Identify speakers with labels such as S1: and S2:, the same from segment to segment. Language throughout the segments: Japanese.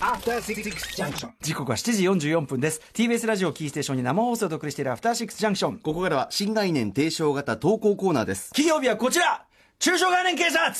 S1: After Six Junction.
S2: 時刻は7時44分です TBS ラジオキーステーションに生放送でお送りしているアフターシックスジャンクション
S3: ここからは新概念提唱型投稿コーナーです。
S2: 企業日はこちら中小概念警察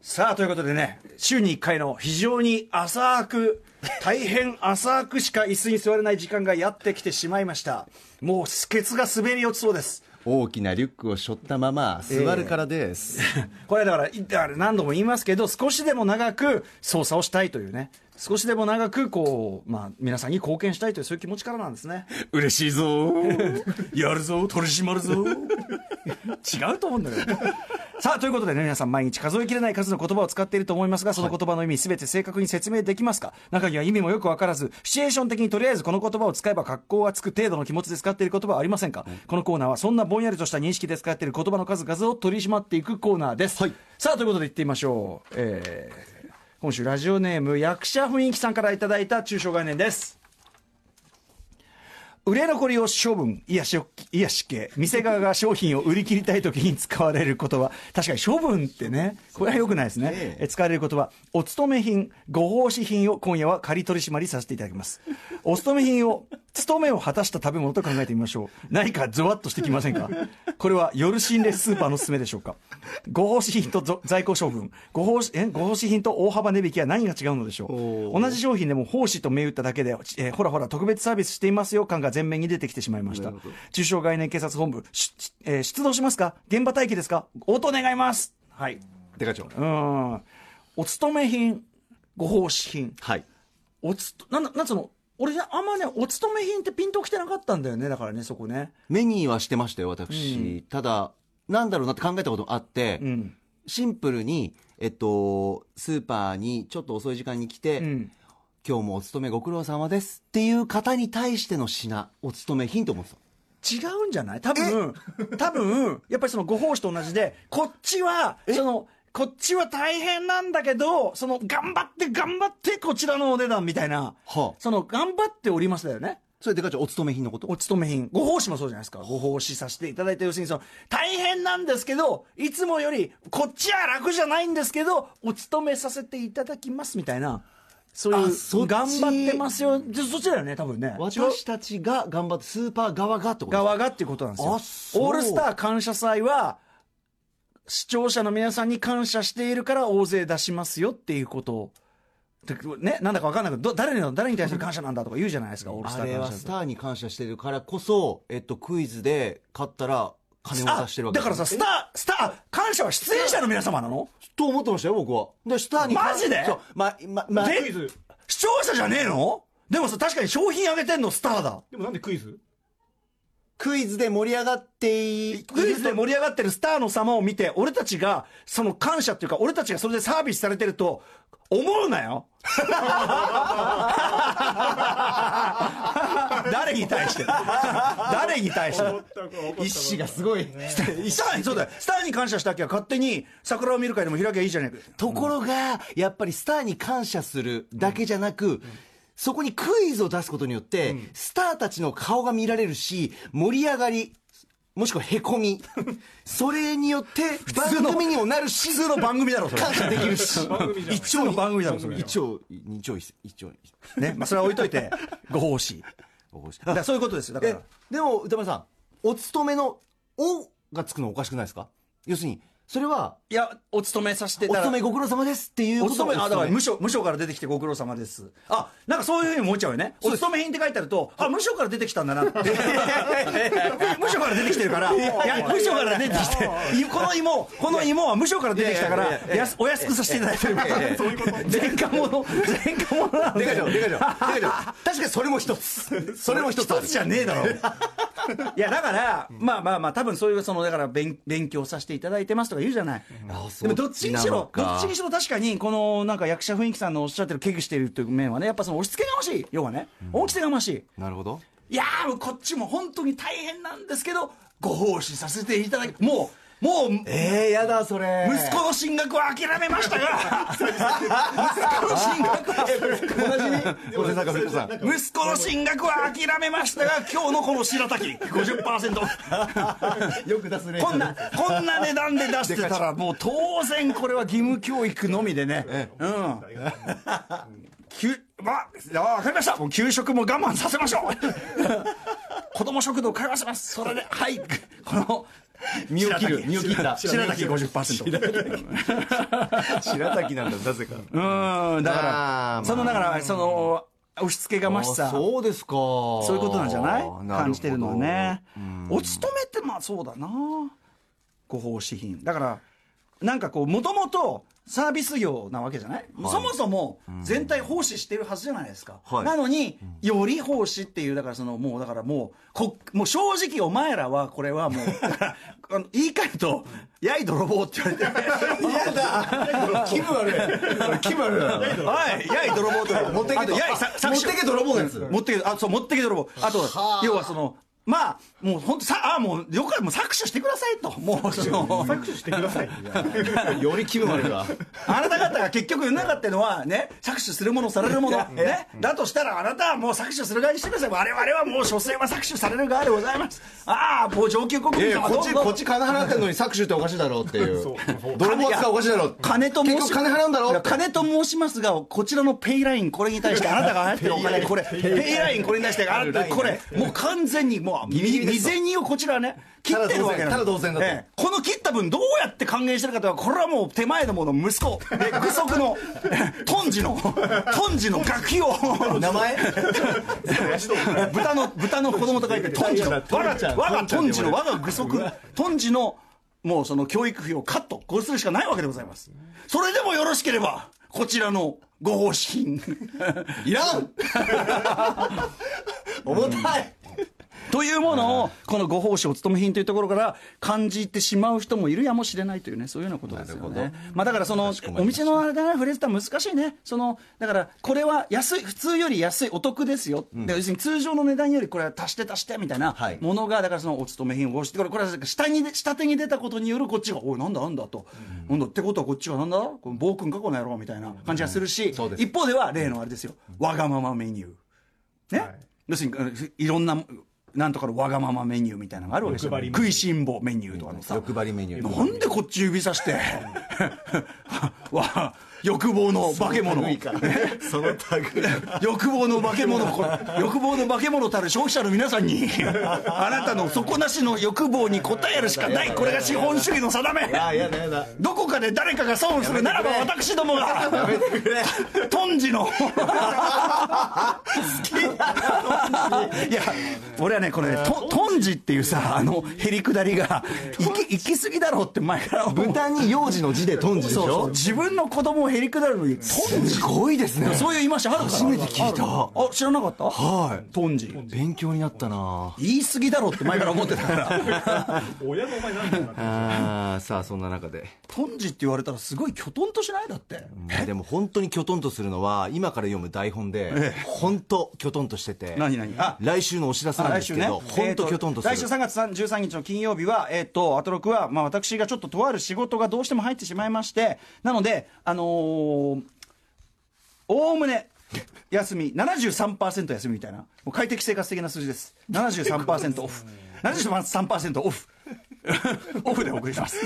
S2: さあということでね週に1回の非常に浅く大変浅くしか椅子に座れない時間がやってきてしまいましたもうケツが滑り落ちそうです
S3: 大きなリュックを背負ったまま座るからです。
S2: これだからいだから何度も言いますけど少しでも長く操作をしたいというね少しでも長くこう、まあ、皆さんに貢献したいというそういう気持ちからなんですね
S3: 嬉しい ぞー
S2: やるぞ取り締まるぞ違うと思うんだよさあということでね皆さん毎日数えきれない数の言葉を使っていると思いますがその言葉の意味全て正確に説明できますか中には意味もよく分からずシチュエーション的にとりあえずこの言葉を使えば格好がつく程度の気持ちで使っている言葉はありませんか、このコーナーはそんなぼんやりとした認識で使っている言葉の数々を取り締まっていくコーナーです、
S3: はい
S2: さあということで行ってみましょう、えー今週ラジオネーム役者雰囲気さんからいただいた中小概念です売れ残りを処分いやしょいやし系店側が商品を売り切りたい時に使われる言葉確かに処分ってねこれは良くないですね
S3: ええ
S2: え使われる言葉お勤め品ご奉仕品を今夜は仮取り締まりさせていただきますお勤め品を勤めを果たした食べ物と考えてみましょう何かゾワッとしてきませんかこれは夜心霊スーパーのおすすめでしょうかご奉仕品とぞ在庫処分ご奉仕えご奉仕品と大幅値引きは何が違うのでしょ
S3: おー
S2: う同じ商品でも奉仕と銘打っただけで、えーほらほら特別サービスしていますよ感が前面に出てきてしまいました中小概念警察本部し、しえー出動しますか現場待機ですか応答願いますはい
S3: デカ長。
S2: うんお勤め品ご奉仕品
S3: はい。
S2: おつとなんだなんつうの俺ねあんまねお勤め品ってピンときてなかったんだよねだからねそこね
S3: メニューはしてましたよ、私。ただ、なんだろうなって考えたことあって、
S2: うん
S3: シンプルに、えっと、スーパーにちょっと遅い時間に来て、
S2: うん
S3: 今日もお勤めご苦労様ですっていう方に対しての品、お勤め品と思ってた。
S2: 違うんじゃない多分 多分やっぱりそのご奉仕と同じでこっちはそのこっちは大変なんだけどその頑張って頑張ってこちらのお値段みたいな、
S3: はあ
S2: その頑張っておりますだよね
S3: それデカ長、お勤め品のこと
S2: お勤め品ご奉仕もそうじゃないですかご奉仕させていただいた要するにその大変なんですけどいつもよりこっちは楽じゃないんですけどお勤めさせていただきますみたいなそうい
S3: あそっ
S2: う
S3: ち
S2: 頑張ってますよでそっちだよね多分ね
S3: 私たちが頑張って、スーパー側がってこと
S2: 側がっていうことなんですよ
S3: あそう
S2: オールスター感謝祭は視聴者の皆さんに感謝しているから大勢出しますよっていうことをでね、なんだか分かんないけどど誰の誰に対する感謝なんだとか言うじゃないですかオールスタ
S3: あ
S2: ー
S3: れ
S2: 感
S3: は
S2: 謝
S3: ス
S2: 祭
S3: ターに感謝してるからこそ、えっと、クイズで勝ったら金を渡してるわけ
S2: あだからさスタースターあ感謝は出演者の皆様なの
S3: と思ってましたよ、僕は。で、スターに感。
S2: マジで
S3: そう、ま、ま、ま、
S2: で視聴者じゃねえのでもさ確かに商品あげてんのスターだ
S4: でもなんでクイズ
S3: クイズで盛り上がってい
S2: クイズで盛り上がってるスターの様を見て俺たちがその感謝っていうか俺たちがそれでサービスされてると思うなよ誰に対して誰に対して
S3: 意志がすごい。
S2: スターにそうだよスターに感謝したきゃ勝手に桜を見る会でも開きゃいいじゃねえか
S3: ところが、やっぱりスターに感謝するだけじゃなく、そこにクイズを出すことによって、スターたちの顔が見られるし、盛り上がり、もしくは 凹み、それによって
S2: 通の
S3: 番組にもなるし、
S2: 普通の番組だろそれ
S3: 感謝できるし、
S2: 一丁の番組だろそれ
S3: 一丁、二丁、一丁、
S2: ねまあそれは置いといてご奉仕だからそういうことですよだか
S3: え
S2: ら、
S3: でも、歌丸さん、お勤めの、おがつくのおかしくないですか要するに、それは、
S2: いやお勤めさせて
S3: お
S2: たら
S3: 勤めご苦労様ですっていう
S2: お
S3: こと
S2: 勤め、あ、だから
S3: 無
S2: 無所、無所から出てきてご苦労様です。あ、なんかそういうふうに思っちゃうよね。お勤め品って書いてあると、あ、無所から出てきたんだなって。無所から出てきてるから、いや、無所から出てきて、いこの芋、この芋は無所から出てきたか
S3: いやいやい
S2: ら、
S3: やいや
S2: やすお安くさせていただいてる。
S4: そういうこと
S2: 前科者、前科者なん
S3: でか
S2: で
S3: い。ょ、でかいょ、でかい ょ。確かにそれも一つ。それも一つあ
S2: 一
S3: る
S2: つ。じゃねえだろ いやだから、まあまあまあ多分そういうそのだから勉勉強させていただいてますとか言うじゃない、
S3: あそ
S2: で
S3: う
S2: もどっちにし
S3: な
S2: ろ
S3: のか
S2: どっちにしろ確かにこのなんか役者雰囲気さんのおっしゃってる危惧してるという面はねやっぱその押し付けがましい要はね押し付けがましい
S3: なるほど。
S2: いやーもうこっちも本当に大変なんですけどご奉仕させていただきもうもう
S3: えー、やだ、それ。
S2: 息子の進学は諦めました が息子の進学は
S3: 小手坂文子さん。
S2: 息子の進学は諦めましたが今日のこの白滝50%
S3: よく出すね。
S2: こんな、こんな値段で出してたら、もう当然これは義務教育のみでね。うん。きゅまあ、わかりました。もう給食も我慢させましょう。 子供食堂通わせます。それで、はい。この、
S3: 身を切る身を切った
S2: 白滝50%。
S3: 白滝なんだ、なぜか。
S2: うん、だ
S3: ま
S2: か
S3: あ
S2: ら、その、だから、その、押し付けがまし
S3: あ
S2: さ。
S3: そうですか。そ
S2: そういうことなんじゃない感じてるのはね。お勤めってまあそうだなご奉仕品だからなんかこうもともとサービス業なわけじゃない、そもそも全体奉仕してるはずじゃないですか、
S3: はい
S2: なのにより奉仕っていうだからそのもうだからもうこもう正直お前らはこれはもうだからあの言い換えると「やい泥棒」って言われて
S3: やだ気分悪い気分悪いな
S2: はい、やい泥棒とか、
S3: 持ってけ
S2: あと
S3: ど
S2: やい、
S3: あ
S2: さ
S3: 持ってけ泥棒のやつ
S2: 持ってけど、あ、そう、持ってけ泥棒。あと、要はその、まあ、もう本当さ、あ、もう、よく、もう搾取してくださいと。もう、その、
S1: 搾取してください。
S3: より気分悪い な
S2: あなた方が結局世の中ってのはね、搾取するもの、されるもの、ね。だとしたら、あなたはもう搾取する側にしてください。我々はもう、所詮は搾取される側でございます。ああ、もう上級国
S3: いやい
S2: 民
S3: や
S2: 様ど
S3: こっ
S2: う
S3: ち
S2: ぞ
S3: こっち金払ってんのに搾取っておかしいだろうっていう
S1: そう
S3: 泥棒扱うおかしいだろう
S2: 金と申
S3: 結
S2: し
S3: 局金払うんだろ
S2: いうや
S3: って
S2: 金と申しますが、こちらのペイライン、これに対して、あなたが払ってるお金、これ、ペイライン、これに対して、あなた、これ、もう完全に、もう、
S3: ギリギリです
S2: 未
S3: と
S2: 然にをこちらはね、切ってるわけなんです
S3: ただ同然ただ同然だと
S2: ええこの切った分、どうやって還元してるかというとこれはもう手前どもの息子、 で具足の、ええトンジの、トンジの学費を。
S3: 名前
S2: 豚の豚の子供と書いて トンジの
S3: いや
S2: 我
S3: いやトンちゃ
S2: が
S3: ん
S2: 我が
S3: ト
S2: ト
S3: ン
S2: ン
S3: ち
S2: ジ
S3: ゃん
S2: の我が具足トンジのもうその教育費をカットこうするしかないわけでございますそれでもよろしければこちらのご奉仕品
S3: いらん重たい
S2: というものをこのご奉仕お勤め品というところから感じてしまう人もいるやもしれないというねそういうようなことですよ
S3: なる
S2: ねまあだからそのお店のあれだなフレーズは難しいねそのだからこれは安い普通より安いお得ですよ、で要するに通常の値段よりこれは足して足してみたいな
S3: はい
S2: ものがだからそのお勤め品をしてこれこれは下にで下手に出たことによるこっちがおいなんだなんだと、なんだってことはこっちがなんだこの暴君かこの野郎みたいな感じがするし、
S3: そうです
S2: 一方では例のあれですよ、わがままメニューね、要するにあのいろんななんとかのわがままメニューみたいなのがあるわけですよ
S1: 欲張りメニュー
S2: 食いしん坊メニューとかのさ、
S3: 欲張りメニュー
S2: なんでこっち指さして わ欲望の化け物
S3: その類い
S2: 欲望の化け物こ欲望の化け物たる消費者の皆さん にあなたの底なしの欲望に応えるしかないこれが資本主義の定め
S3: あやだやだ
S2: どこかで誰かが損するならば私どもがトンジのいや俺はねこれねトトンジっていうさあのへりくだりが行き行き過ぎだろうって前から思う
S3: 豚に幼児の字でトンジでし
S2: そうそう
S3: ょ
S2: 自分の子供をへりくだるのにトンジ
S3: すごいですね
S2: そういう言い回しあるから初めて聞いたあ知らなかった
S3: はい
S2: トンジ
S3: 勉強になったな
S2: 言い過ぎだろうって前から思ってたから
S1: 親 のお前なんだよな
S3: あーさあそんな中で
S2: トンジって言われたらすごいきょとんとしないだって
S3: でも本当にきょとんとするのは今から読む台本で本当きょとんとしてて
S2: 何何あ
S3: 来週のお知らせなんですけど本当きょとんとする
S2: 来週3月13日の金曜日は、えっとアトロクは、まあ、私がちょっととある仕事がどうしても入ってしまいましてなのであのーおおむね休み73%休みみたいなもう快適生活的な数字です73%オフ73%オフ オフでお送りします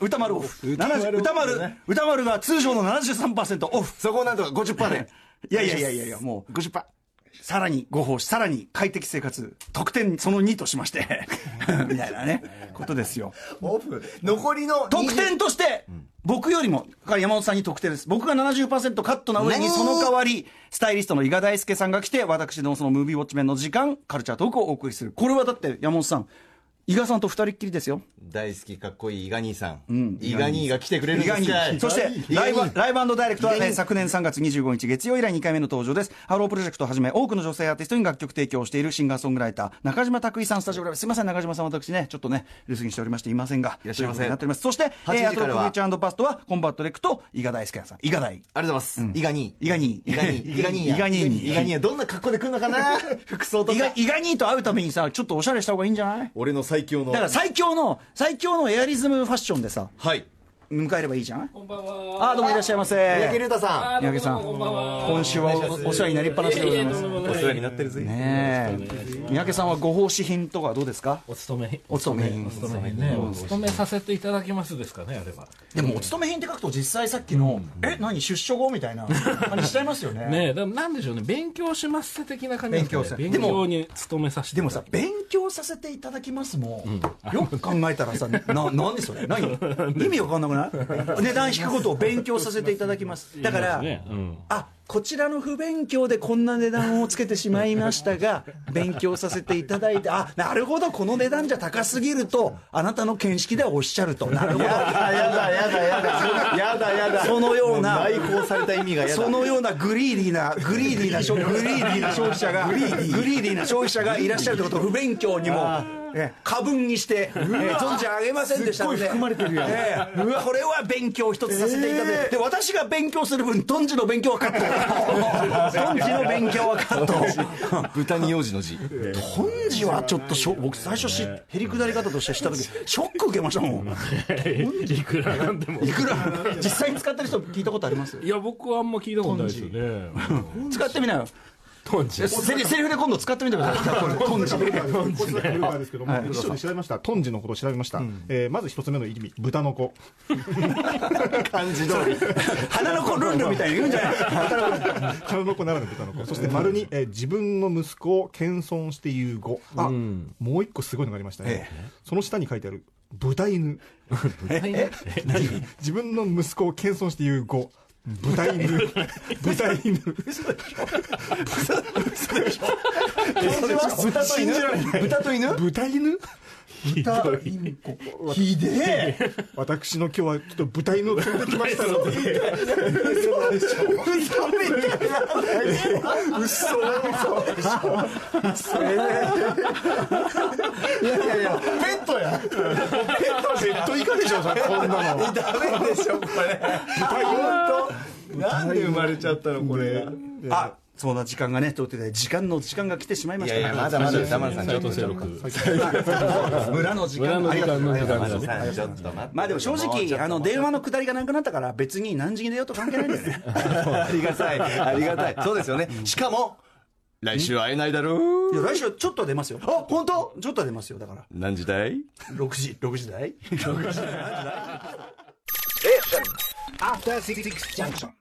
S2: 歌丸オフ
S3: 歌丸オフ
S2: 70
S3: ね
S2: 歌丸歌丸が通常の73%オフ
S3: そこをなんとか50%で
S2: いやいやいやいやいやもう
S3: 50%
S2: さらにご奉仕、さらに快適生活、特典その2としまして、 みたいなね、ことですよ。
S3: オフ残りの
S2: 特典として、僕よりも、山本さんに特典です。僕が70%カットな上に、
S3: 何
S2: その代わり、スタイリストの伊賀大輔さんが来て、私のそのムービーウォッチメンの時間、カルチャートークをお送りする。これはだって、山本さん、伊賀さんと二人っきりですよ。
S3: 大好きかっこいい伊賀兄さん伊賀兄が来てくれるん
S2: 意
S3: で
S2: 外
S3: す
S2: に
S3: かい
S2: そしてライ
S3: 伊賀兄
S2: ブライブダイレクトは、
S3: 意外
S2: ね、
S3: に
S2: 昨年3月25日月曜以来2回目の登場ですハロープロジェクトをはじめ多くの女性アーティストに楽曲提供をしているシンガーソングライター中島拓衣さんスタジオライブすいません中島さん私ねちょっとね留守にしておりましていませんが
S3: いらっしゃいま
S2: とうこ
S3: せ
S2: とになっておりますそして
S3: 8時
S2: えーアトロッ
S3: から
S2: ク
S3: は
S2: フューチャーパストはコンバットレックと伊賀大輔さん伊賀大
S3: ありがとうございます伊賀兄
S2: 伊賀兄
S3: 伊賀兄伊賀兄
S2: 伊賀兄
S3: 伊賀兄はどんな格好で来るのかな服装と
S2: 伊賀
S3: か
S2: 伊賀兄と会うためにさちょっとおしゃれした方がいいんじゃない
S3: 俺のサ最強の
S2: だから最強の最強のエアリズムファッションでさ
S3: はい
S2: 迎えればいいじゃん
S4: こんばん
S2: あ
S4: は。
S2: ーどうもいらっしゃいませ
S3: 三宅龍太さ
S4: あーどう
S2: 三
S4: も
S2: 宅さん
S4: こんばんは。
S2: 今週はおお世話になりっぱなしでございま
S4: い
S2: す
S4: えいえどうもどうも
S1: お世話になってるぜ。
S2: ねえ三宅さんはご奉仕品とかどうですか
S4: お勤め。
S2: お勤め品
S4: お勤めね。お勤めさせていただきますですかね、あれは。
S2: でもお勤め品って書くと実際さっきの「え何出所後?」みたいな感じしちゃいますよ ね
S4: ねえ、でもなんでしょうね、勉強しますせ的な感じですか
S2: 勉
S4: ね
S2: 強せ
S4: 勉
S2: でも
S4: 強に勤めさせてい
S2: で
S4: ただ
S2: もさ
S4: き
S2: 勉強させていただきますも、よく考えたらさな何でそれ何意味わかん なくない値段引くことを勉強させていただきますだから、
S4: ねうん
S2: あこちらの不勉強でこんな値段をつけてしまいましたが 勉強させていただいてあなるほどこの値段じゃ高すぎるとあなたの見識ではおっしゃるとなるほど
S3: んやだやだやだやだやだ
S2: そのような
S3: 内包された意味がやだ
S2: そのようなグリーディーな、グリーディーな消、 グリーディーな消費者が、グリーディーな消費者がいらっしゃるってことを不勉強にも。ええ過分にして、ええ存じ上げませんでしたので、
S3: すっごい含まれてるやん
S2: ええこれは勉強一つさせていただいて、で私が勉強する分、トンジの勉強はカッ ト、トンジの勉強はカット、
S3: 豚に用事の字
S2: トンジはちょっとしょ、僕、最初し、へりくだり方として知った時ショック受けましたもん、
S4: いくらなん でも。
S2: いくら、実際に使ってる人、聞いたことあります
S4: いや、僕はあんま聞いたことないですよね。
S2: 使ってみなよ。
S4: 当時。
S2: セリセリフで今度使ってみてください。トンジ。
S1: こちらブルガーですけども、一緒で調べました。トンジのことを調べました。えーまず一つ目の意味、豚の子。
S3: 漢字通り
S2: 鼻の子ルンルンみたいに言うん じゃない
S1: カの子ならぬ豚の子。そして丸に、えー自分の息子を謙遜して言う語。あ、もう一個すごいのがありましたね。その下に書いてある、豚犬。自分の息子を謙遜して言う語。豚犬。豚犬。
S3: それは信じられない豚と犬
S1: 豚犬
S2: 豚ひでえ
S1: 私の今日はちょっと豚犬を連れてきましたので。
S3: いやいやいやペットや
S1: ペット以下でしょ、それこんなの。
S3: ダメでしょこれ本当なんで生まれちゃったのこれ
S2: あそんな時間がねということで時間の時間が来てしまいました
S3: だまだ歌丸さん
S4: ちょっとセロク。
S2: 村の時
S4: 村
S2: 間
S4: の時間の時間です。
S3: ちょっと待って
S2: まあでも正直あの電話のくだりがなくなったから別に何時に出ようと関係ないんだよね
S3: ありがたいありがたいそうですよねしかも来週会えないだろ う
S2: いや来週ちょっと出ますよあ本当ちょっと出ますよだから
S3: 何時だい
S2: 6時6時台
S5: After Six Junction.